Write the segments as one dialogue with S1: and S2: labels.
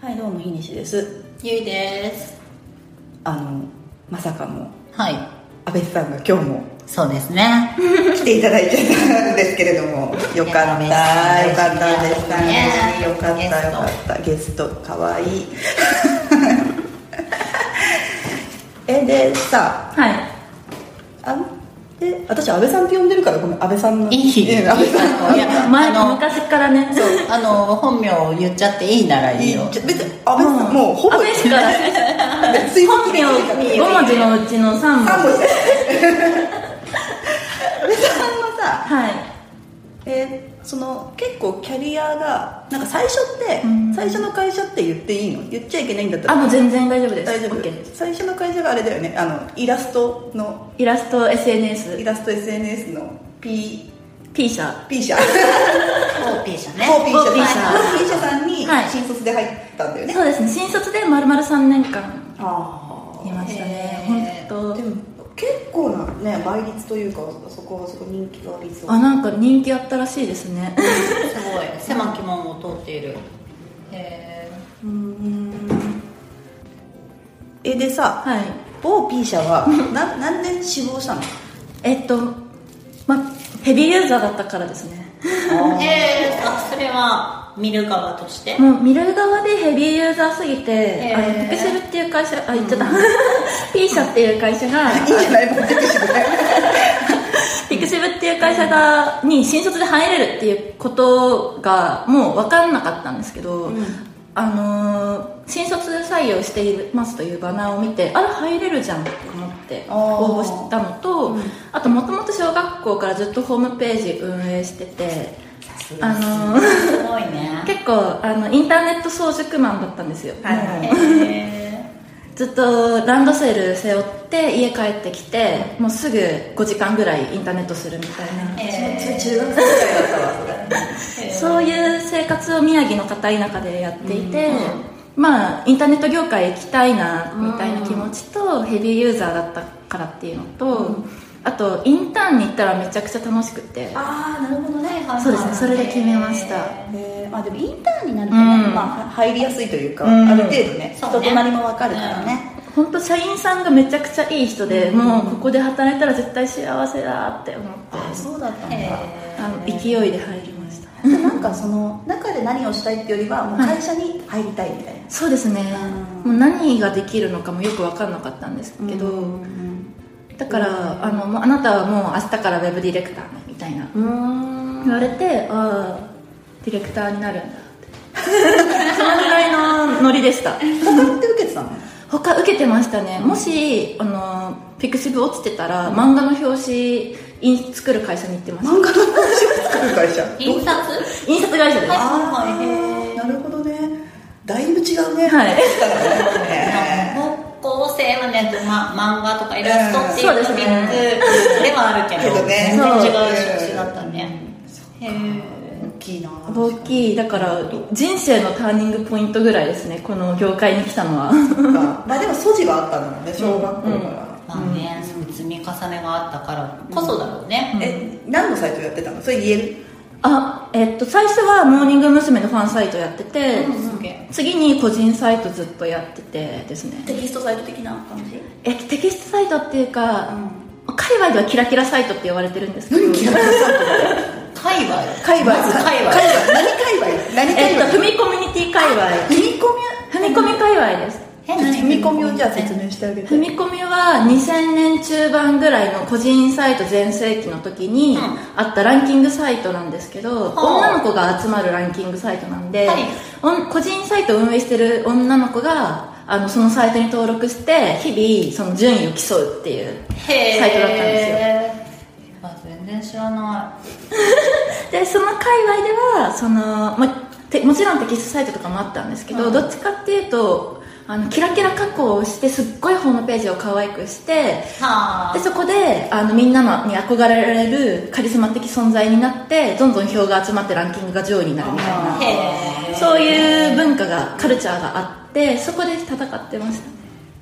S1: はい、どうも、ひにしです。
S2: ゆいです
S1: あの、まさかの、
S2: はい
S1: 安倍さんが今日も
S2: そうです ね
S1: 来ていただいてたんですけれども、よかった、
S2: い
S1: よ
S2: や
S1: かったです
S2: ね
S1: ね。よかった、
S2: ゲ
S1: よ
S2: ス
S1: か
S2: ト
S1: った、ゲスト、かわいい。え、で、さ、
S2: は
S1: あで私、安倍さんって呼んでるから、ごめん、安倍さんの。
S2: いい
S1: うん安倍さんの。
S2: いや前の
S3: 昔からね
S2: そうあの本名を言っちゃっていいならいいよ
S1: いいじゃ別に安倍さん、もうほぼ
S3: 阿部しか
S1: 別に
S3: 本 名5文字のうちの3文
S1: 三文
S3: 字
S1: 字安倍さんはさ
S3: はい
S1: えーその結構キャリアがなんか最初って
S3: うん
S1: 最初の会社って言っていいの言っちゃいけないんだった
S3: あ
S1: ら
S3: もう全然大丈夫です
S1: 大丈夫
S3: OK です
S1: 最初の会社があれだよねあのイラストの
S3: イラスト
S1: イ
S3: SNS
S1: ラスト SNS の P
S3: P 社
S1: P 社
S2: 4P 社 ね
S1: 某 P 社
S3: 某 P 社
S1: 某 P 社さんに
S3: はい
S1: 新卒で入ったんだよね、
S3: そうですね新卒で丸々3年間
S1: あ
S3: いました
S2: へ
S3: ね
S2: ー
S3: 本
S1: でも結構なね倍率というかそこはそこ人気がありそ
S3: 当
S1: う
S3: あなんか人気あったらしいですね
S2: すごい狭き門を通っているへ
S1: うーんえでさ
S3: はい
S1: 某 P 社 はななんで志望したの
S3: えっとまヘビーユーザーだったからですね
S2: ーへーあそれは見る側として
S3: もう見る側でヘビーユーザーすぎて
S2: へー
S3: あのピクセルっていう会社あ言っちゃった P 社っていう会社が
S1: いいんじゃないもう出てし まった
S3: ピクセブっていう会社がに新卒で入れるっていうことがもう分かんなかったんですけど、
S1: うん
S3: あのー新卒採用していますというバナーを見てあれ入れるじゃんと思って
S1: あー
S3: 応募したのと、
S1: うん
S3: あともともと小学校からずっとホームページ運営しててあのー
S2: すごいね
S3: 結構あのインターネット早熟マンだったんですよ、もう
S2: へ
S3: ずっとランドセル背負って家帰ってきてもうすぐ5時間ぐらいインターネットするみたいな
S2: ーへー
S1: 中学生ぐらいだったわそれ
S2: へー
S3: そういう生活を宮城の片田舎でやっていて、まあインターネット業界行きたいなみたいな気持ちと、ヘビーユーザーだったからっていうのと、あとインターンに行ったらめちゃくちゃ楽しくて
S2: ああなるほどねはいはい
S3: そうですねそれで決めました
S2: へ
S1: えーまあでもインターンになるとね、
S3: うん
S1: まあ、入りやすいというか、
S3: うん
S1: ある程度ね
S2: そ
S1: 人
S2: うね
S1: となりもわかるからね、
S3: 本当社員さんがめちゃくちゃいい人で、
S1: うん
S3: もうここで働いたら絶対幸せだって思って
S1: あそうだったんだ、
S2: ー
S3: あの勢いで入りました
S1: でなんかその中で何をしたいっていうよりはもう会社に入りたいみたいな、
S3: そうですね
S1: う
S3: もう何ができるのかもよく分かんなかったんですけど、
S1: うん
S3: だからあのもうあなたはもう明日からウェブディレクターねみたいな
S1: うん
S3: 言われてああディレクターになるんだって そのぐらいのノリでした
S1: 他って受けてたの
S3: 他受けてましたねもしあのピクシブ落ちてたら漫画の表紙印作る会社に行ってまし
S1: 漫画の話を作る会社
S2: 印刷
S3: た印刷会社です
S2: あ
S1: あ
S2: ーへ
S1: あなるほどねだいぶ違うね
S3: はい
S1: ね
S2: 高校生はね、ま、漫画とかイラストっていうコミックではあるけど
S1: けどね
S2: 全然違う
S1: そう
S2: 職種だったねへえ
S1: 大きいな
S3: 大きいだから人生のターニングポイントぐらいですねこの業界に来たのは
S1: まあでも素地があったんだろうね小学校から、
S2: まあね、そういう積み重ねがあったからこそだろうね、
S1: え何のサイトやってたのそれ言える
S3: あえっと最初はモーニング娘。のファンサイトやってて、
S2: すげえ
S3: 次に個人サイトずっとやっててですね
S1: テキストサイト的な感じ
S3: えテキストサイトっていうか、海外ではキラキラサイトって呼ばれてるんですけど
S1: 何キラキラサイト
S2: 海外
S1: 界隈
S2: まず界隈
S1: 界隈何界隈何界
S3: えっと
S1: 隈
S3: 踏みコミュニティ界隈
S1: 踏み込
S3: 踏み込み界隈です
S2: え
S1: み踏み込みをじゃあ
S2: 全
S1: 説
S2: 然
S1: 明してあげて
S3: 踏み込みは2000年中盤ぐらいの個人サイト全盛期の時に
S2: うん
S3: あったランキングサイトなんですけど、
S2: あ
S3: 女の子が集まるランキングサイトなんで、
S2: はい
S3: おん個人サイトを運営してる女の子があのそのサイトに登録して日々その順位を競うっていう
S2: へえ
S3: サイトだったんですよ
S2: あ全然知らない
S3: でその界隈ではその、ま、てもちろんテキストサイトとかもあったんですけど、
S2: うん
S3: どっちかっていうとあのキラキラ加工をしてすっごいホームページを可愛くして
S2: はあ
S3: でそこであのみんなのに憧れられるカリスマ的存在になってどんどん票が集まってランキングが上位になるみたい
S1: あ
S3: な
S2: へえ
S3: そういう文化がカルチャーがあってそこで戦ってましたね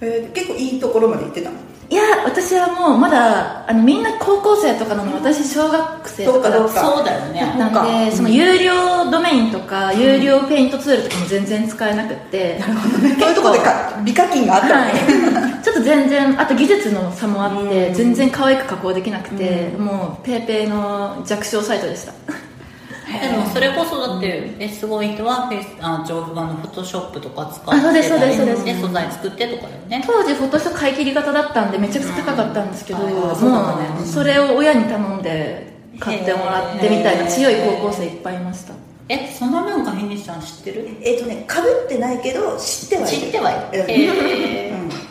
S1: えー結構いいところまで行ってたの
S3: いや私はもうまだあのみんな高校生とかなのに私小学生とかだ
S1: ど
S3: っ
S1: うか
S2: そうだよね
S3: た
S1: どうか
S3: んでその有料ドメインとか有料ペイントツールとかも全然使えなくって、
S1: そういうところでか美課金があったのね、
S3: はい、ちょっと全然あと技術の差もあって、
S1: うん
S3: 全然可愛く加工できなくて、もうペーペーの弱小サイトでした
S2: でもそれこそだって、えすごい人はフェイスあ上部版のフォトショップとか使って
S3: あそうですそうですそうです
S2: ね素材作ってとかだよね
S3: 当時フォトショー買い切り型だったんでめちゃくちゃ高かったんですけど、
S1: うんあーそうだったね
S3: もうそれを親に頼んで買ってもらってみたいな
S2: へー
S3: 強い高校生いっぱいいました
S2: えその文化ひにしちゃん知ってる
S1: えっ、とねかぶってないけど知ってはいる
S2: 知ってはいる
S1: うん
S2: へ
S1: う
S2: ー
S1: ん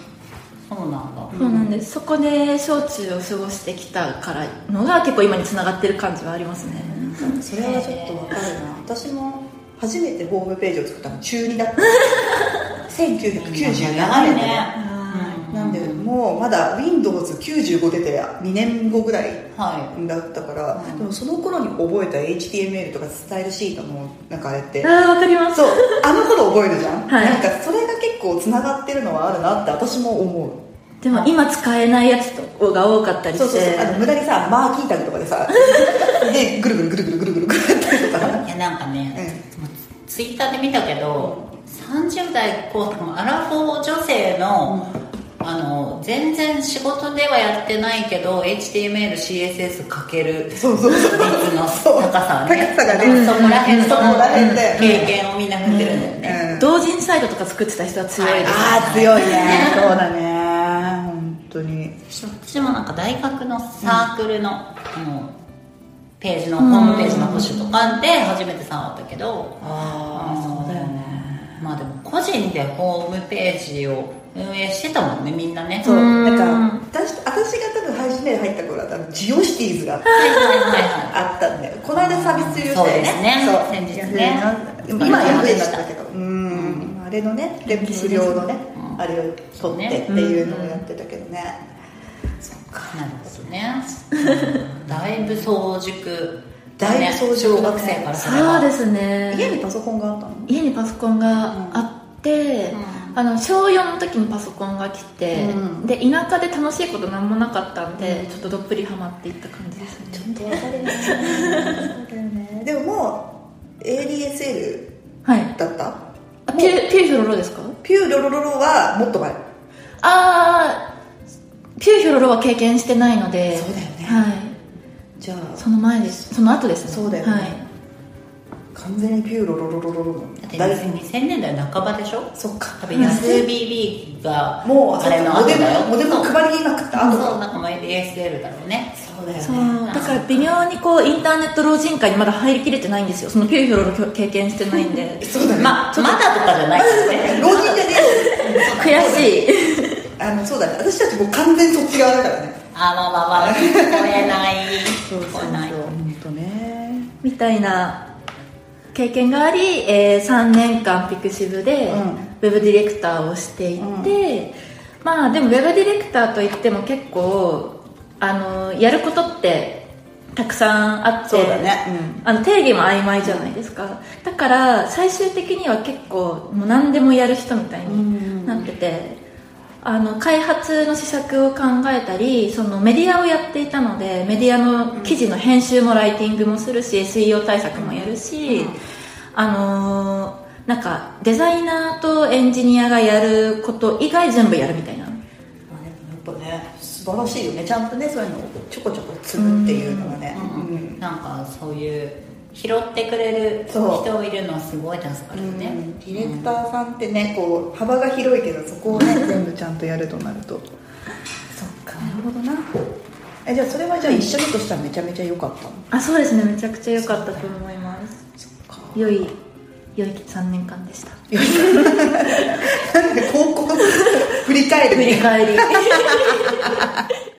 S2: そうなんだ
S3: そうなんですそこで小中を過ごしてきたからのが結構今につながってる感じはありますね、
S1: それはちょっとわかるな私も初めてホームページを作ったの中2だった1997年だ
S2: 長い
S1: よ、
S2: ねうん
S1: なんでもうまだ Windows95 出て2年後ぐらい
S2: は
S1: だったから、
S2: うん
S1: でもその頃に覚えた HTML とかスタイルシートもなんかあれって
S3: ああわかります
S1: そうあの頃覚えるじゃん、
S3: はい
S1: なんかそれが結構つながってるのはあるなって私も思う
S3: でも今使えないやつとかが多かったりし
S1: そ
S3: て
S1: うそうそうあの無駄にさマーキータグとかでさでぐるぐるぐるぐるぐるぐるぐるやったりとか
S2: いいやなんかねツイッターで見たけど30代後半アラフォー女性のあの全然仕事ではやってないけど HTMLCSS かける
S1: そうそうそう
S2: 率の
S1: そう
S2: 高さね
S1: 高さがね
S2: そこら辺
S1: そこら辺で
S2: の経験をみんな持ってるんだよね、
S1: うん
S3: 同人サイトとか作ってた人は強いです、
S1: ああ強いねそうだね本当に
S2: 私もなんか大学のサークルの,、あのページのホームページの保守とかで初めて触ったけど、
S1: あ
S2: あそうだよねまあでも個人でホームページを運営してたもんねみんなね
S1: そう
S2: はい
S1: なんか私私が多分初めて入った頃は多分ジオシティーズが
S2: はいはいはい
S1: あったんだよこの間サービス終了したよね
S2: そうですね先日ね
S1: そう今はヤフーだったけどうんあれのねで無料のねあれを取ってっていうのをやってたけどね
S2: なるほどね、だいぶ早熟
S1: だいぶ早熟
S2: 小学生からすれば
S3: そうですね
S1: 家にパソコンがあったの
S3: 家にパソコンがあって、
S2: う
S3: あの小4の時にパソコンが来て、
S1: うん
S3: で田舎で楽しいこと何もなかったんで、
S1: うん
S3: ちょっとどっぷりハマっていった感じです
S1: 本
S3: ね
S1: 当わかるねそうだよねでももう ADSL
S3: はい
S1: だった
S3: あピューピューヒョロロですか
S1: ピューロロロロはもっと前
S3: あーピューヒョロロは経験してないので
S1: そうだよね
S3: はい
S1: じゃあ
S3: その前ですその後ですね
S1: そうだよね
S3: はい、
S1: 完全にピューロロロロロロの
S2: だって
S1: 大
S2: 2000年代半ばでしょ
S1: そっか
S2: 多分 SBB が
S1: もう
S2: あれの
S1: モ
S2: 後
S1: デル
S2: だよ
S1: モデルの配りなくった
S2: あ
S1: 後
S2: そうなんかまあ ASL だろうね
S1: そうだよ
S3: そ
S1: ね
S3: うだから微妙にこうインターネット老人会にまだ入りきれてないんですよそのピューヒョロロ経験してないんで
S1: そうだね
S2: まあまだとかじゃないから ね
S1: 老人じゃねえよ
S3: 悔しい
S1: あのそうだね私たちもう完全そっち側だからね
S2: あまあまあ まあ聞こえない聞こえない
S1: 本当ね
S3: みたいな経験があり、えー3年間ピクシブで
S1: うん
S3: ウェブディレクターをしていて、まあでもウェブディレクターといっても結構あのやることってたくさんあって
S1: そうだねうん
S3: あの定義も曖昧じゃないですかだから最終的には結構もう何でもやる人みたいになってて。あの開発の施策を考えたりそのメディアをやっていたのでメディアの記事の編集もライティングもするし、SEO 対策もやるし、あのーなんかデザイナーとエンジニアがやること以外全部やるみたいな
S1: まあでもやっぱね素晴らしいよねちゃんとねそういうのをちょこちょこ積むっていうのはねうん
S2: なんかそういう拾ってくれる
S1: そう
S2: 人いるのはすごい助かるよね
S1: ディレクターさんってねこう幅が広いけどそこをね 全部ちゃんとやるとなるとそっかなるほどなえじゃあそれはじゃあ一緒にとしたらめちゃめちゃ良かったの
S3: あそうですねめちゃくちゃ良かったと思います
S1: か
S3: 良い良い3年間でした
S1: なんで高校振り返る
S3: 振り返り